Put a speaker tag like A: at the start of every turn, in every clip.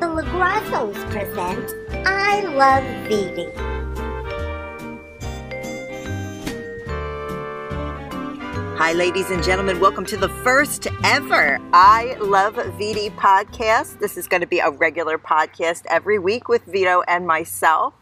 A: Lagrassos present I Love Vivi.
B: Hi, ladies and gentlemen. Welcome to the first ever I Love VD podcast. This is going to be a regular podcast every week with Vito and myself.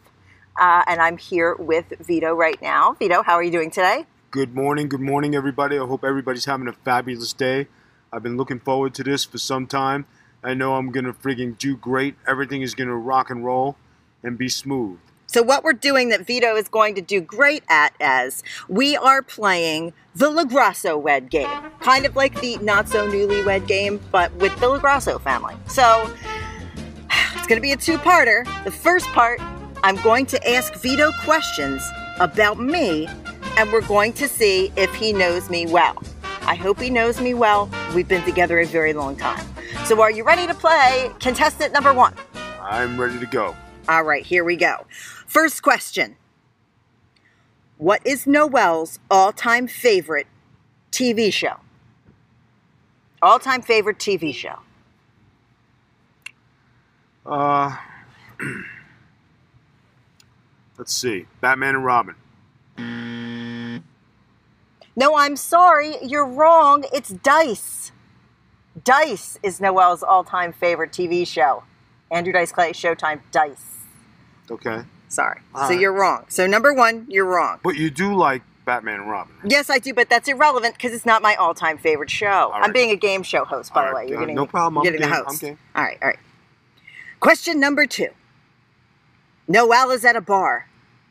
B: Uh, and I'm here with Vito right now. Vito, how are you doing today?
C: Good morning, good morning, everybody. I hope everybody's having a fabulous day. I've been looking forward to this for some time. I know I'm gonna friggin' do great. Everything is gonna rock and roll and be smooth.
B: So, what we're doing that Vito is going to do great at as we are playing the Lagrasso wed game, kind of like the not so newlywed game, but with the Lagrasso family. So, it's going to be a two parter. The first part, I'm going to ask Vito questions about me, and we're going to see if he knows me well. I hope he knows me well. We've been together a very long time. So, are you ready to play contestant number one?
C: I'm ready to go.
B: All right, here we go. First question What is Noel's all time favorite TV show? All time favorite TV show.
C: Uh, let's see. Batman and Robin.
B: No, I'm sorry, you're wrong. It's Dice. Dice is Noel's all time favorite TV show. Andrew Dice Clay, Showtime, Dice.
C: Okay.
B: Sorry.
C: All
B: so
C: right.
B: you're wrong. So, number one, you're wrong.
C: But you do like Batman and Robin. right?
B: Yes, I do, but that's irrelevant because it's not my all-time favorite show. I'm
C: right.
B: being a game show host, by
C: All
B: the
C: right,
B: way. You're
C: uh,
B: getting
C: no problem. I'm
B: You're getting
C: game,
B: the host.
C: I'm game.
B: All right, all right. Question number two. Noelle is at a bar.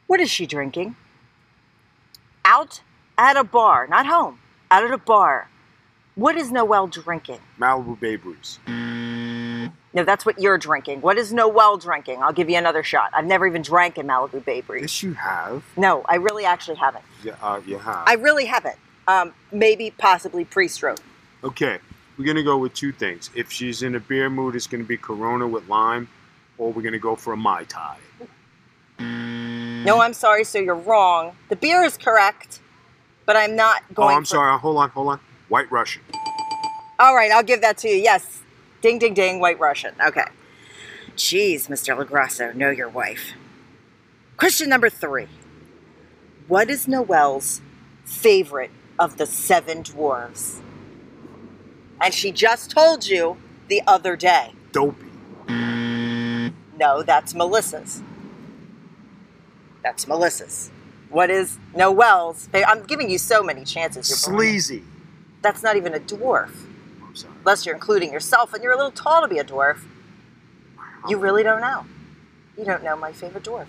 B: What is she drinking? Out at a bar, not home. Out at a bar. What is Noelle drinking?
C: Malibu Bay Breeze.
B: No, that's what you're drinking. What is Noelle drinking? I'll give you another shot. I've never even drank a Malibu Bay Breeze.
C: Yes, you have.
B: No, I really actually haven't.
C: Yeah, uh, you have.
B: I really haven't. Um, maybe, possibly pre-stroke.
C: Okay, we're gonna go with two things. If she's in a beer mood, it's gonna be Corona with lime, or we're gonna go for a mai tai.
B: No, I'm sorry, so you're wrong. The beer is correct, but I'm not
C: Oh,
B: going.
C: I'm
B: for-
C: sorry. Hold on, hold on. White Russian.
B: All right, I'll give that to you. Yes. Ding, ding, ding, white Russian. Okay. Jeez, Mr. LaGrasso, know your wife. Question number three What is Noelle's favorite of the seven dwarves? And she just told you the other day.
C: Dopey.
B: No, that's Melissa's. That's Melissa's. What is Noelle's? fa- I'm giving you so many chances. You're blind.
C: Sleazy.
B: That's not even a dwarf,
C: I'm sorry.
B: unless you're including yourself, and you're a little tall to be a dwarf. You really don't know. You don't know my favorite dwarf.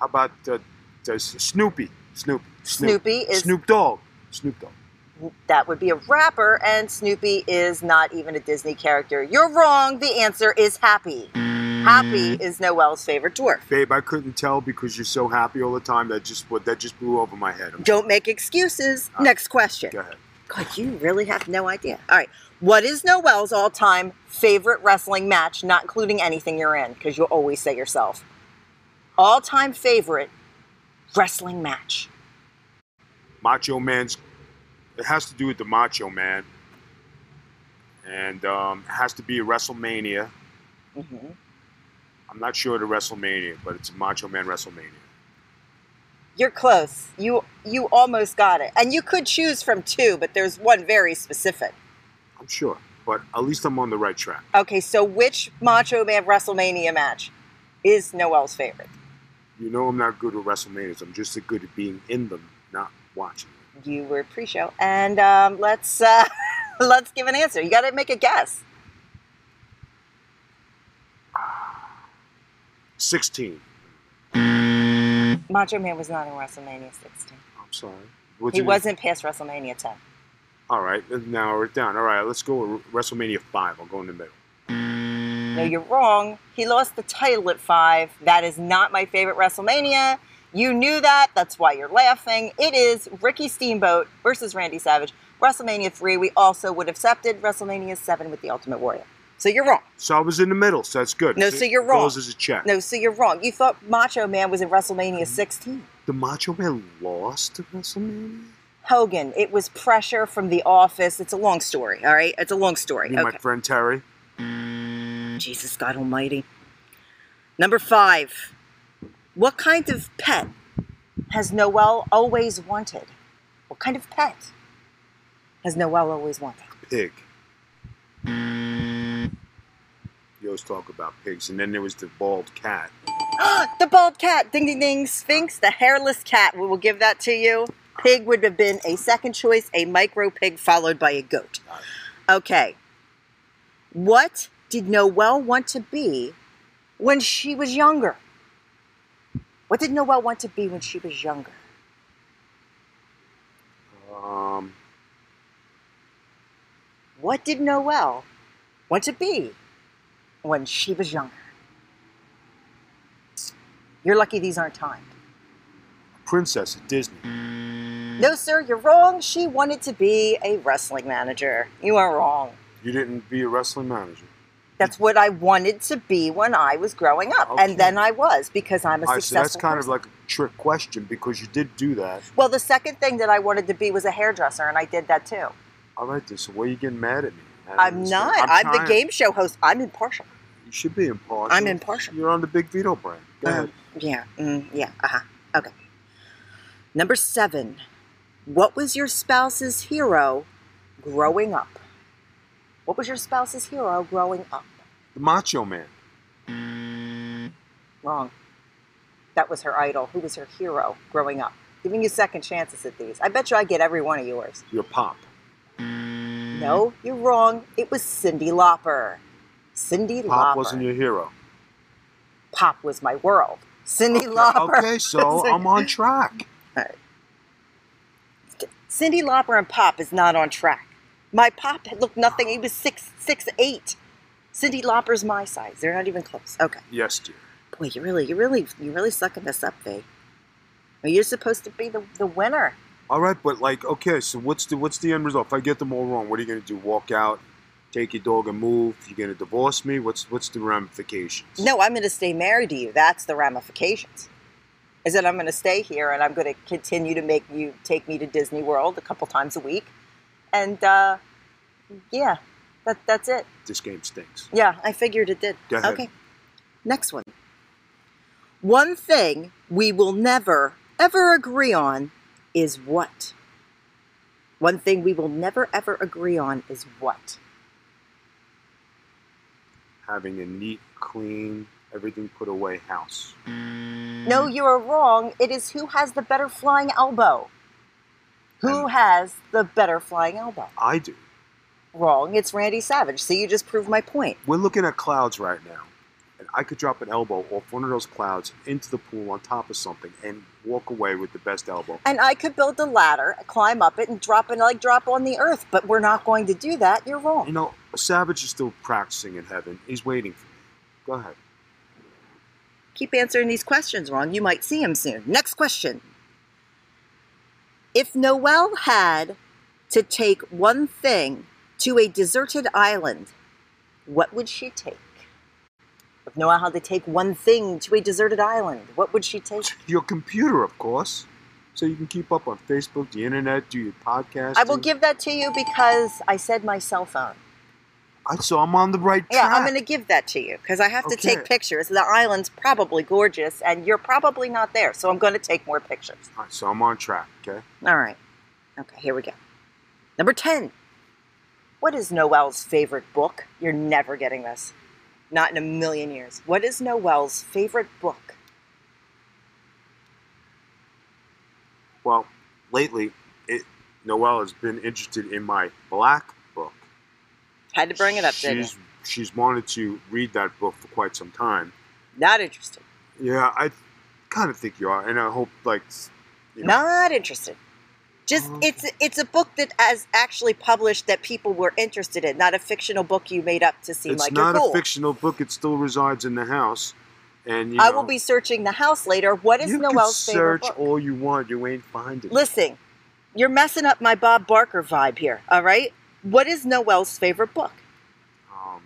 C: How about uh, uh, Snoopy? Snoopy. Snoop.
B: Snoopy is
C: Snoop Dogg. Snoop Dogg.
B: that would be a rapper, and Snoopy is not even a Disney character. You're wrong. The answer is Happy.
C: Mm.
B: Happy is Noelle's favorite dwarf.
C: Babe, I couldn't tell because you're so happy all the time. That just what that just blew over my head. I'm-
B: Don't make excuses.
C: Uh,
B: Next question.
C: Go ahead.
B: God, you really have no idea. All right. What is Noelle's all time favorite wrestling match, not including anything you're in, because you'll always say yourself? All time favorite wrestling match.
C: Macho Man's. It has to do with the Macho Man. And um, it has to be WrestleMania.
B: hmm
C: I'm not sure the WrestleMania, but it's Macho Man WrestleMania.
B: You're close. You you almost got it. And you could choose from two, but there's one very specific.
C: I'm sure, but at least I'm on the right track.
B: Okay, so which Macho Man WrestleMania match is Noelle's favorite?
C: You know I'm not good at WrestleManias. I'm just good at being in them, not watching. them.
B: You were pre-show, and um, let's uh, let's give an answer. You got to make a guess.
C: 16.
B: Macho Man was not in WrestleMania 16.
C: I'm sorry. What's
B: He
C: it-
B: wasn't past WrestleMania 10.
C: All right, now we're down. All right, let's go with WrestleMania 5. I'll go in the middle.
B: No, you're wrong. He lost the title at 5. That is not my favorite WrestleMania. You knew that. That's why you're laughing. It is Ricky Steamboat versus Randy Savage. WrestleMania 3, we also would have accepted WrestleMania 7 with the Ultimate Warrior. So you're wrong.
C: So I was in the middle, so that's good.
B: No, so you're wrong.
C: Goes as a check.
B: No, so you're wrong. You thought Macho Man was in WrestleMania 16.
C: The Macho Man lost to WrestleMania?
B: Hogan, it was pressure from the office. It's a long story, all right? It's a long
C: You
B: story.
C: mean my
B: Okay.
C: friend Terry?
B: Jesus, God Almighty. Number five, what kind of pet has Noel always wanted? What kind of pet has Noel always wanted?
C: Pig. You always talk about pigs, and then there was the bald cat.
B: Ah, the bald cat, ding ding ding, Sphinx, the hairless cat. We will give that to you. Pig would have been a second choice, a micro pig followed by a goat. Okay. What did Noelle want to be when she was younger? What did Noelle want to be when she was younger?
C: Um,
B: What did Noelle want to be when she was younger? You're lucky these aren't timed.
C: princess at Disney. Mm.
B: No, sir, you're wrong. She wanted to be a wrestling manager. You are wrong.
C: You didn't be a wrestling manager.
B: That's what I wanted to be when I was growing up.
C: Okay.
B: And then I was because I'm a
C: All right, so
B: successful
C: that's kind
B: person.
C: of like a trick question because you did do that.
B: Well, the second thing that I wanted to be was a hairdresser, and I did that too.
C: Oh, All right, then, so why are you getting mad at me? I don't
B: I'm
C: understand.
B: not. I'm, the
C: trying.
B: game show host. I'm impartial.
C: You should be impartial.
B: I'm impartial.
C: You're on the Big Veto brand.
B: Uh,
C: Go ahead.
B: yeah. Mm, yeah. Uh huh. Okay. Number seven. What was your spouse's hero growing up? What was your spouse's hero growing up?
C: The Macho Man.
B: Wrong. That was her idol. Who was her hero growing up? Giving you second chances at these. I bet you I get every one of yours.
C: Your pop. Mm-hmm.
B: No, you're wrong. It was Cindy Lauper. Cindy
C: Pop
B: Lauper.
C: wasn't your hero.
B: Pop was my world. Cindy Lauper.
C: Okay, so I'm on track.
B: Cindy Lauper and Pop is not on track. My Pop had looked nothing. He was six six eight. Cindy Lauper's my size. They're not even close. Okay.
C: Yes, dear.
B: Boy, you really, you really, you really sucking this up, V. Well, You're supposed to be the, the winner.
C: All right, but like, okay, so what's the what's the end result? If I get them all wrong, what are you gonna do? Walk out, take your dog and move? You gonna divorce me? What's what's the ramifications?
B: No, I'm going to stay married to you. That's the ramifications. Is that I'm going to stay here and I'm going to continue to make you take me to Disney World a couple times a week, and uh, yeah, that that's it.
C: This game stinks.
B: Yeah, I figured it did.
C: Go ahead.
B: Okay, next one. One thing we will never ever agree on is what. One thing we will never ever agree on is what.
C: Having a neat, clean, everything put away house. Mm.
B: No, you are wrong. It is who has the better flying elbow. Who has the better flying elbow?
C: I do.
B: Wrong. It's Randy Savage. See, you just proved my point.
C: We're looking at clouds right now, and I could drop an elbow off one of those clouds into the pool on top of something and walk away with the best elbow.
B: And I could build a ladder, climb up it, and drop it like drop on the earth. But we're not going to do that. You're wrong.
C: You know, Savage is still practicing in heaven. He's waiting for me. Go ahead.
B: keep answering these questions wrong, you might see him soon. Next question. If Noel had to take one thing to a deserted island, what would she take? If Noel had to take one thing to a deserted island, what would she take?
C: Your computer, of course. So you can keep up on Facebook, the internet, do your podcast.
B: I will give that to you because I said my cell phone.
C: I, so I'm on the right
B: Yeah,
C: track.
B: I'm going to give that to you because I have to take
C: Okay.
B: pictures. The island's probably gorgeous and you're probably not there, so I'm going to take more pictures.
C: All right, so I'm on track, okay?
B: All right. Okay, here we go. Number 10. What is Noel's favorite book? You're never getting this. Not in a million years. What is Noel's favorite book?
C: Well, lately, it, Noelle has been interested in my black book.
B: Had to bring it up, didn't you?
C: she's, she's wanted to read that book for quite some time.
B: Not interested.
C: Yeah, I kind of think you are, and I hope, like, you know,
B: Not interested. Just
C: Oh.
B: it's it's a book that as actually published that people were interested in, not a fictional book you made up to seem
C: it's
B: like
C: not
B: you're cool.
C: a fictional book. It still resides in the house, and you
B: I
C: know,
B: will be searching the house later. What is
C: you can
B: Noel's favorite
C: search
B: book?
C: all you want. You ain't finding. it.
B: Listen, you're messing up my Bob Barker vibe here, all right? What is Noel's favorite book?
C: um,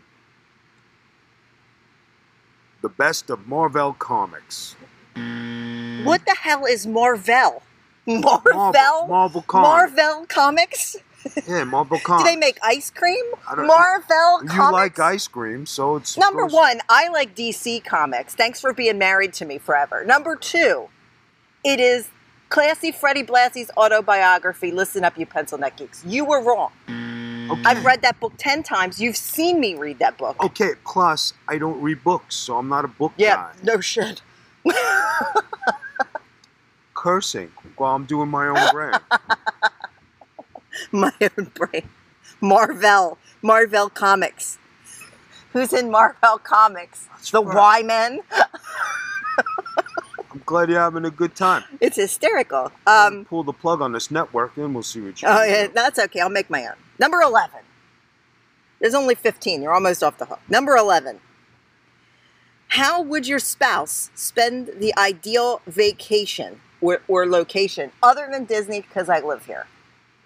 C: the best of Marvel comics. Mm.
B: What the hell is Marvel? Marvel?
C: Marvel, Marvel comics.
B: Marvel Comics?
C: Yeah, Marlboro Con.
B: Do they make ice cream?
C: I don't-
B: Marvel
C: you
B: comics.
C: like ice cream, so it's
B: Number
C: supposed-
B: one, I like DC comics. Thanks for being married to me forever. Number two, it is classy Freddie Blassie's autobiography. Listen up, you pencil neck geeks. You were wrong.
C: Okay.
B: I've read that book ten times. You've seen me read that book.
C: Okay, plus I don't read books, so I'm not a book
B: yeah,
C: guy.
B: no shit.
C: Cursing while I'm doing my own brand.
B: My own brain. Marvel, Marvel comics. Who's in Marvel comics? the Y
C: right.
B: Men.
C: I'm glad you're having a good time.
B: It's hysterical. Um,
C: pull the plug on this network, and we'll see what you.
B: Oh,
C: can
B: yeah,
C: do.
B: that's okay. I'll make my own. Number 11. There's only 15. You're almost off the hook. Number 11. How would your spouse spend the ideal vacation or, or location other than Disney because I live here?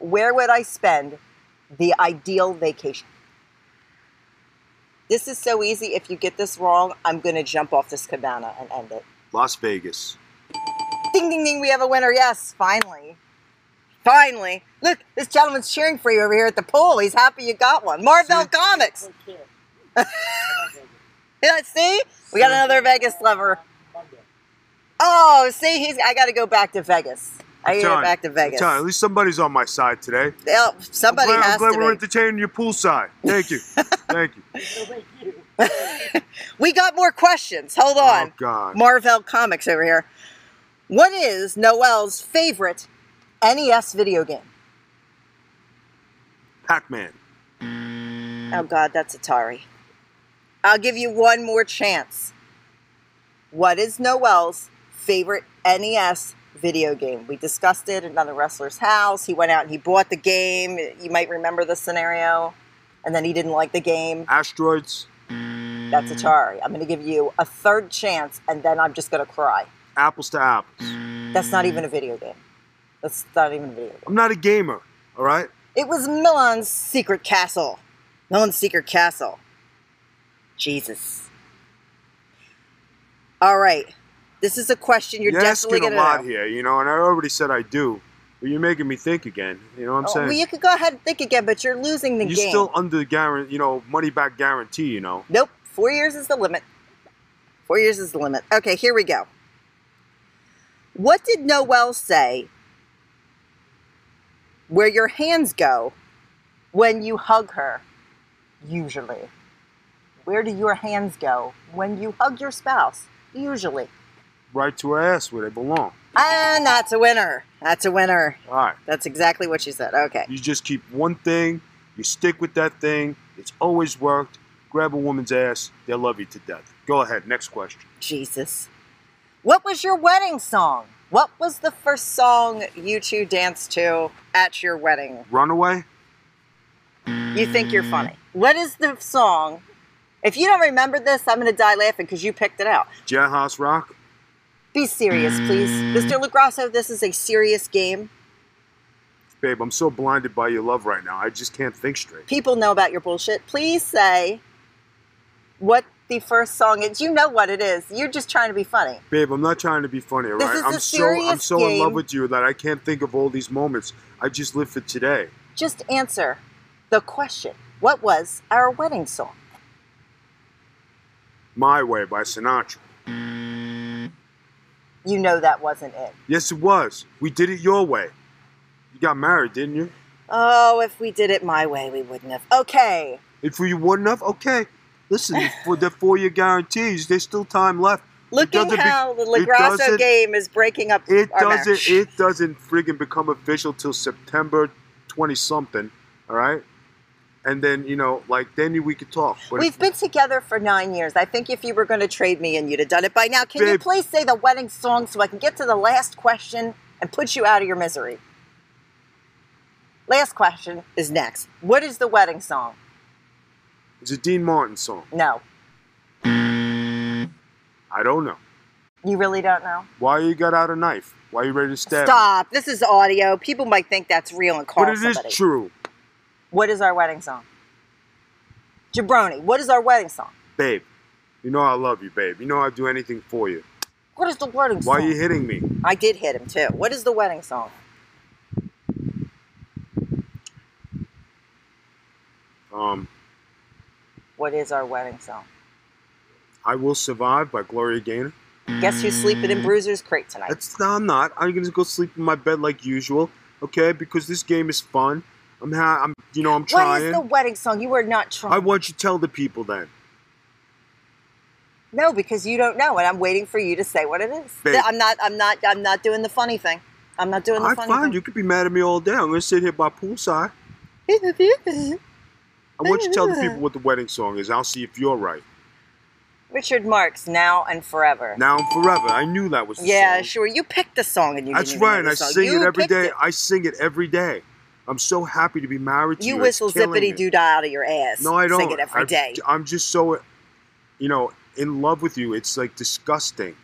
B: Where would I spend the ideal vacation? This is so easy. If you get this wrong, I'm going to jump off this cabana and end it.
C: Las Vegas.
B: Ding, ding, ding. We have a winner. Yes, finally. Finally. Look, this gentleman's cheering for you over here at the pool. He's happy you got one. Marvel
C: See?
B: Comics. Yeah, see? We got another Vegas lover. Oh, see, he's. I got to go back to Vegas. I got to go
C: Time.
B: back to Vegas.
C: Time. At least somebody's on my side today.
B: Yeah, somebody
C: I'm glad, I'm
B: has
C: glad
B: to
C: we're
B: be.
C: entertaining your poolside. Thank you. Thank you.
B: we got more questions. Hold on.
C: Oh God.
B: Marvel Comics over here. What is Noel's favorite NES video game?
C: Pac-Man.
B: Oh God, that's Atari. I'll give you one more chance. What is Noel's favorite NES video game? We discussed it in another wrestler's house. He went out and he bought the game. You might remember the scenario. And then he didn't like the game.
C: Asteroids.
B: That's Atari. I'm going to give you a third chance, and then I'm just going to cry.
C: Apples to apples.
B: That's not even a video game. That's not even a video game.
C: I'm not a gamer. All right.
B: It was Milan's secret castle. Milan's secret castle. Jesus. All right. This is a question you're
C: You're
B: definitely
C: asking a
B: going to
C: lot
B: know.
C: here, you know, and I already said I do, but you're making me think again. You know what I'm
B: Oh,
C: saying?
B: well, you could go ahead and think again, but you're losing the
C: you're
B: game.
C: still under the guarantee, you know, money back guarantee. You know,
B: Nope. Four years is the limit. Four years is the limit. Okay, here we go. What did Noel say where your hands go when you hug her? Usually. Where do your hands go when you hug your spouse? Usually.
C: right to her ass where they belong.
B: And that's a winner. That's a winner.
C: All right,
B: That's exactly what she said. Okay.
C: you just keep one thing, you stick with that thing. It's always worked. Grab a woman's ass, they'll love you to death. Go ahead, next question.
B: Jesus. What was your wedding song? What was the first song you two danced to at your wedding?
C: Runaway.
B: You think you're funny. What is the song? If you don't remember this, I'm going to die laughing because you picked it out.
C: Jailhouse Rock.
B: Be serious, please. Mr. LaGrasso, this is a serious game.
C: Babe, I'm so blinded by your love right now. I just can't think straight.
B: People know about your bullshit. Please say what the first song is. You know what it is. You're just trying to be funny.
C: Babe, I'm not trying to be funny, all
B: This
C: right?
B: is
C: I'm
B: a
C: so I'm
B: serious
C: so in love
B: game.
C: with you that I can't think of all these moments. I just live for today.
B: Just answer the question What was our wedding song?
C: My Way by Sinatra.
B: You know that wasn't it.
C: Yes, it was. We did it your way. You got married, didn't you?
B: Oh, if we did it my way, we wouldn't have. Okay.
C: If you wouldn't have, okay. Listen, for the four-year guarantees, there's still time left.
B: Looking
C: doesn't be-
B: how the
C: it
B: LaGrasso
C: doesn't-
B: game is breaking up
C: It
B: our
C: doesn't.
B: marriage.
C: It doesn't friggin' become official till September twenty something. All right, and then you know, like then we could talk. But
B: We've been together for nine years. I think if you were going to trade me and you'd have done it by now, can you
C: Babe.
B: please say the wedding song so I can get to the last question and put you out of your misery? Last question is next. What is the wedding song?
C: it's a Dean Martin song.
B: No,
C: I don't know.
B: you really don't know.
C: Why you got out a knife? Why you ready to stab? me?
B: Stop. This is audio. People might think that's real and call
C: But it is
B: somebody.
C: true,
B: What is our wedding song? Jabroni, what is our wedding song?
C: babe. You know I love you, babe. You know I'd do anything for you.
B: What is the wedding
C: Why
B: song?
C: you hitting me?
B: I did hit him too. What is the wedding song?
C: Um,
B: What is our wedding song?
C: I Will Survive by Gloria Gaynor.
B: Guess who's sleeping in Bruiser's crate tonight?
C: Mm. That's no, I'm not. I'm gonna go sleep in my bed like usual, okay? Because this game is fun. I'm ha- I'm you know I'm
B: What is
C: trying.
B: the wedding song? You are not trying.
C: I want you to tell the people then.
B: no, because you don't know, and I'm waiting for you to say what it is.
C: Babe.
B: I'm not. I'm not. I'm not doing the funny thing. I'm not doing the
C: I
B: funny
C: find
B: thing.
C: you could be mad at me all day. I'm gonna sit here by poolside. I want you to tell the people what the wedding song is. I'll see if you're right.
B: Richard Marks, now and forever.
C: Now and forever. I knew that was. The
B: yeah,
C: song.
B: sure. You picked the song, and you
C: That's
B: didn't even know
C: right.
B: the
C: I
B: song.
C: sing
B: You
C: it every
B: picked
C: day. I sing it every day. I'm so happy to be married to you.
B: You
C: It's
B: whistle
C: killing me.
B: zippity doo dah out of your ass.
C: No, I don't.
B: Sing it every
C: I-
B: day.
C: I'm just so, you know, in love with you. It's like disgusting.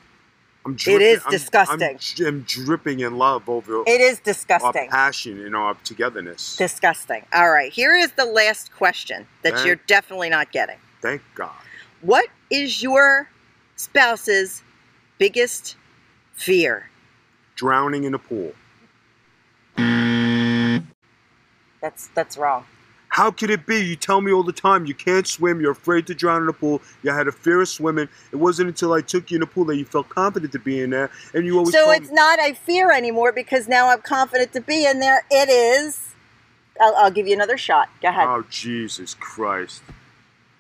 C: I'm
B: It is
C: I'm-
B: disgusting.
C: I'm, dri- I'm dripping in love over
B: It is
C: our
B: disgusting.
C: passion and our togetherness.
B: Disgusting. All right, here is the last question that
C: Okay.
B: you're definitely not getting.
C: Thank God.
B: What is your spouse's biggest fear?
C: Drowning in a pool.
B: That's that's wrong.
C: How could it be? You tell me all the time you can't swim, you're afraid to drown in a pool, you had a fear of swimming. It wasn't until I took you in the pool that you felt confident to be in there, and you always
B: So
C: told
B: it's
C: me,
B: not a fear anymore because now I'm confident to be in there. It is. I'll, I'll give you another shot. Go ahead.
C: Oh, Jesus Christ.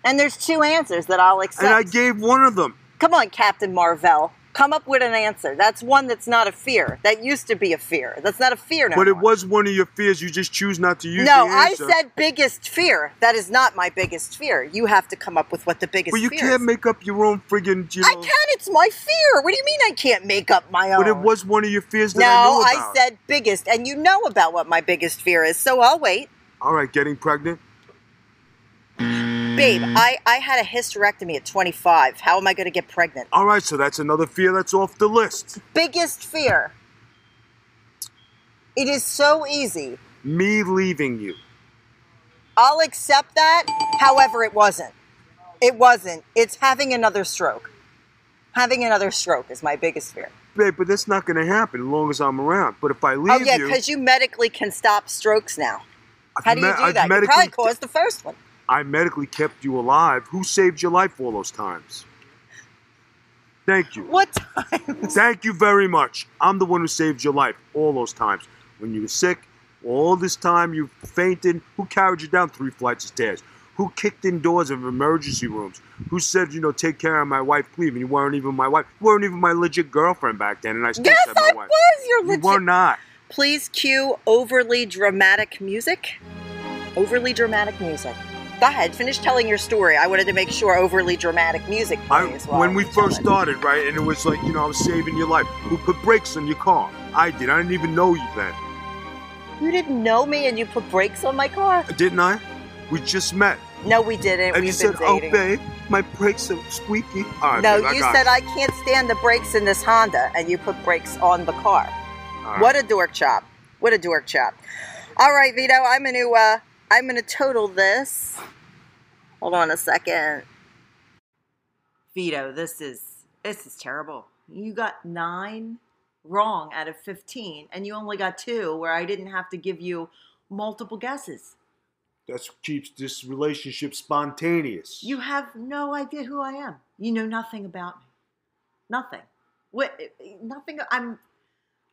B: and there's two answers that I'll accept.
C: And I gave one of them.
B: Come on, Captain Marvell. Come up with an answer. That's one that's not a fear. That used to be a fear. That's not a fear now.
C: But it was one of your fears. You just choose not to use
B: No,
C: the
B: I
C: answer.
B: said biggest fear. That is not my biggest fear. You have to come up with what the biggest
C: But you
B: fear
C: can't
B: is.
C: make up your own friggin' you know,
B: I can. It's my fear. What do you mean I can't make up my own?
C: But it was one of your fears that
B: No,
C: I knew
B: I,
C: about.
B: said biggest, and you know about what my biggest fear is, so I'll wait.
C: All right, getting pregnant.
B: Babe,
C: Mm.
B: I, I had a hysterectomy at 25. How am I going to get pregnant?
C: All right, so that's another fear that's off the list.
B: Biggest fear. It is so easy.
C: Me leaving you.
B: I'll accept that. However, it wasn't. It wasn't. It's having another stroke. Having another stroke is my biggest fear.
C: Babe, but that's not gonna happen as long as I'm around. But if I leave
B: oh yeah,
C: you,
B: because you medically can stop strokes now.
C: I've
B: How do you
C: me-
B: do
C: I've
B: that? You
C: medically
B: probably caused the first one.
C: I medically kept you alive. Who saved your life all those times? Thank you.
B: What time?
C: Thank you very much. I'm the one who saved your life all those times. When you were sick, all this time you fainted. Who carried you down three flights of stairs? Who kicked in doors of emergency rooms? Who said, you know, take care of my wife, please? And you weren't even my wife. You weren't even my legit girlfriend back then, and I still
B: yes,
C: said my
B: I
C: wife.
B: was your
C: You were
B: legit.
C: not.
B: Please cue overly dramatic music. Overly dramatic music. Go ahead, finish telling your story. I wanted to make sure overly dramatic music
C: I,
B: plays while
C: when we
B: you tell
C: first
B: it.
C: started, right, and it was like, you know, I was saving your life. Who put brakes on your car? I did. I didn't even know you then.
B: You didn't know me and you put brakes on my car.
C: Didn't I? We just met.
B: No, we didn't.
C: And
B: We've
C: you said,
B: been
C: oh,
B: dating.
C: babe, my brakes are squeaky. All right,
B: no,
C: babe, I
B: you
C: got
B: said I can't stand the brakes in this Honda, and you put brakes on the car.
C: All right.
B: What a dork chop! What a dork chop! All right, Vito, I'm gonna uh, I'm gonna total this. Hold on a second, Vito. This is this is terrible. You got nine wrong out of fifteen, and you only got two where I didn't have to give you multiple guesses.
C: That's what keeps this relationship spontaneous.
B: You have no idea who I am. You know nothing about me. Nothing. What? Nothing. I'm.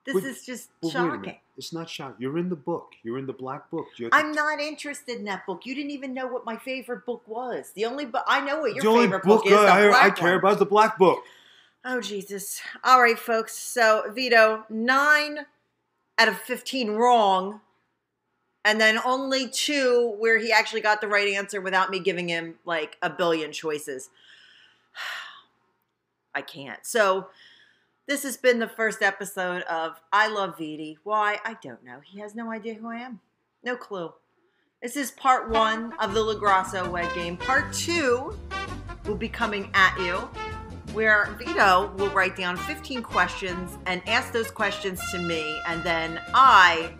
B: This
C: Wait,
B: is just
C: But wait a
B: shocking.
C: minute. It's not shocking. You're in the book. You're in the black book. You're
B: I'm not interested in that book. You didn't even know what my favorite book was. The only book I know what your
C: the only
B: favorite
C: book,
B: book, is. the
C: I, I
B: black
C: care
B: one.
C: about is the black book.
B: Oh Jesus! All right, folks. So Vito, nine out of fifteen wrong, and then only two where he actually got the right answer without me giving him like a billion choices. I can't. So this has been the first episode of I Love Viti. Why? I don't know. He has no idea who I am. No clue. This is part one of the LaGrasso wed game. Part two will be coming at you where Vito will write down 15 questions and ask those questions to me, and then I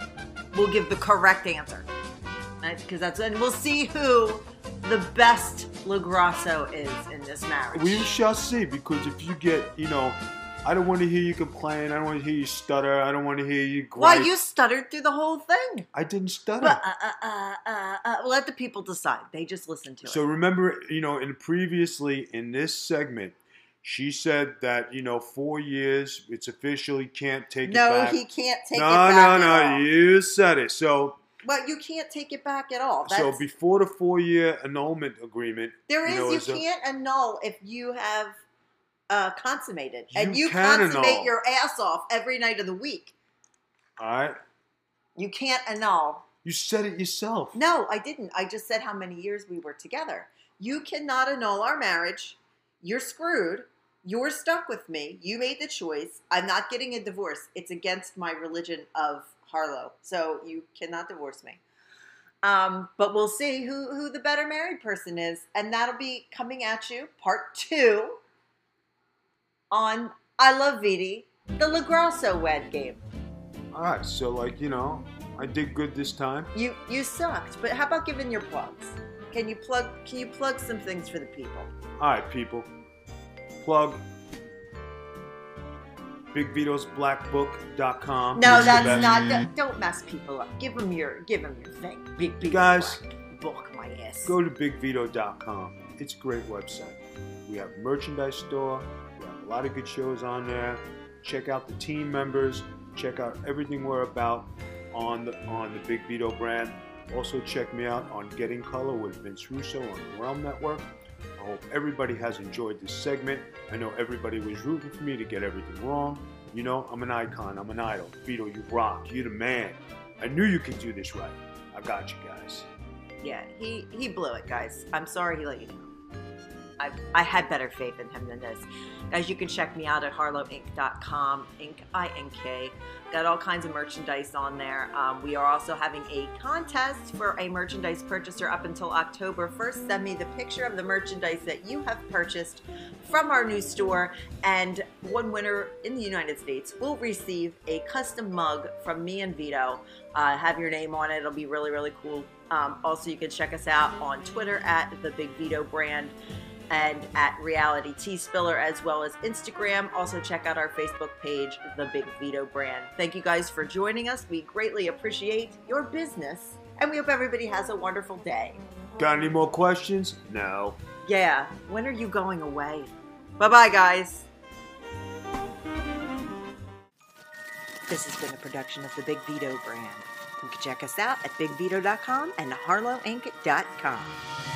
B: will give the correct answer. Because that's and we'll see who the best Lagrasso is in this marriage.
C: We shall see because if you get, you know, I don't want to hear you complain. I don't want to hear you stutter. I don't want to hear you gripe.
B: Why you stuttered through the whole thing?
C: I didn't stutter.
B: But, uh, uh, uh, uh, uh, let let the people decide. They just listen to
C: So
B: it.
C: remember, you know, in previously in this segment, she said that you know four years. It's official. He can't take it
B: No,
C: back.
B: he can't take
C: no,
B: it back.
C: no,
B: at
C: no.
B: all.
C: You said it. So,
B: Well, you can't take it back at all. That's,
C: so before the four-year annulment agreement,
B: there
C: you
B: is
C: know,
B: you
C: it's a-
B: can't annul if you have uh, consummated, and
C: You
B: you
C: can
B: consummate
C: annul.
B: your ass off every night of the week.
C: all right.
B: You can't annul.
C: You said it yourself.
B: No, I didn't. I just said how many years we were together. You cannot annul our marriage. You're screwed. You're stuck with me. You made the choice. I'm not getting a divorce. It's against my religion of Harlow. So you cannot divorce me. Um, but we'll see who, who the better married person is. And that'll be coming at you, part two, on I Love Vidi, the LaGrasso wed game.
C: All right. So, like, you know, I did good this time.
B: You you sucked, but how about giving your plugs? Can you plug can you plug some things for the people?
C: All right, people. Plug. BigVitosBlackBook.com.
B: No,
C: It's the
B: that's
C: best.
B: not that, don't mess people up. Give them your give them your thing. Big big
C: Guys,
B: black book my ass.
C: Go to bigveto.com. It's a great website. We have merchandise store. We have a lot of good shows on there. Check out the team members. Check out everything we're about on the on the Big Vito brand. Also check me out on Getting Color with Vince Russo on the Realm Network. I hope everybody has enjoyed this segment. I know everybody was rooting for me to get everything wrong. You know, I'm an icon. I'm an idol. Vito, you rock. You're the man. I knew you could do this right. I got you guys.
B: Yeah, he he blew it, guys. I'm sorry he let you down. I I had better faith in him than this. Guys, you can check me out at harlowinc.com, Inc. I N K. Got all kinds of merchandise on there. Um, we are also having a contest for a merchandise purchaser up until October 1st. Send me the picture of the merchandise that you have purchased from our new store, and one winner in the United States will receive a custom mug from me and Vito. Uh, have your name on it. It'll be really, really cool. Um, also, you can check us out on Twitter at the Big Vito Brand and at Reality Tea Spiller, as well as Instagram. Also, check out our Facebook page, The Big Vito Brand. Thank you guys for joining us. We greatly appreciate your business, and we hope everybody has a wonderful day.
C: Got any more questions? No.
B: Yeah, when are you going away? Bye bye, guys. This has been a production of the Big Veto brand. You can check us out at bigveto.com and harlowinc.com.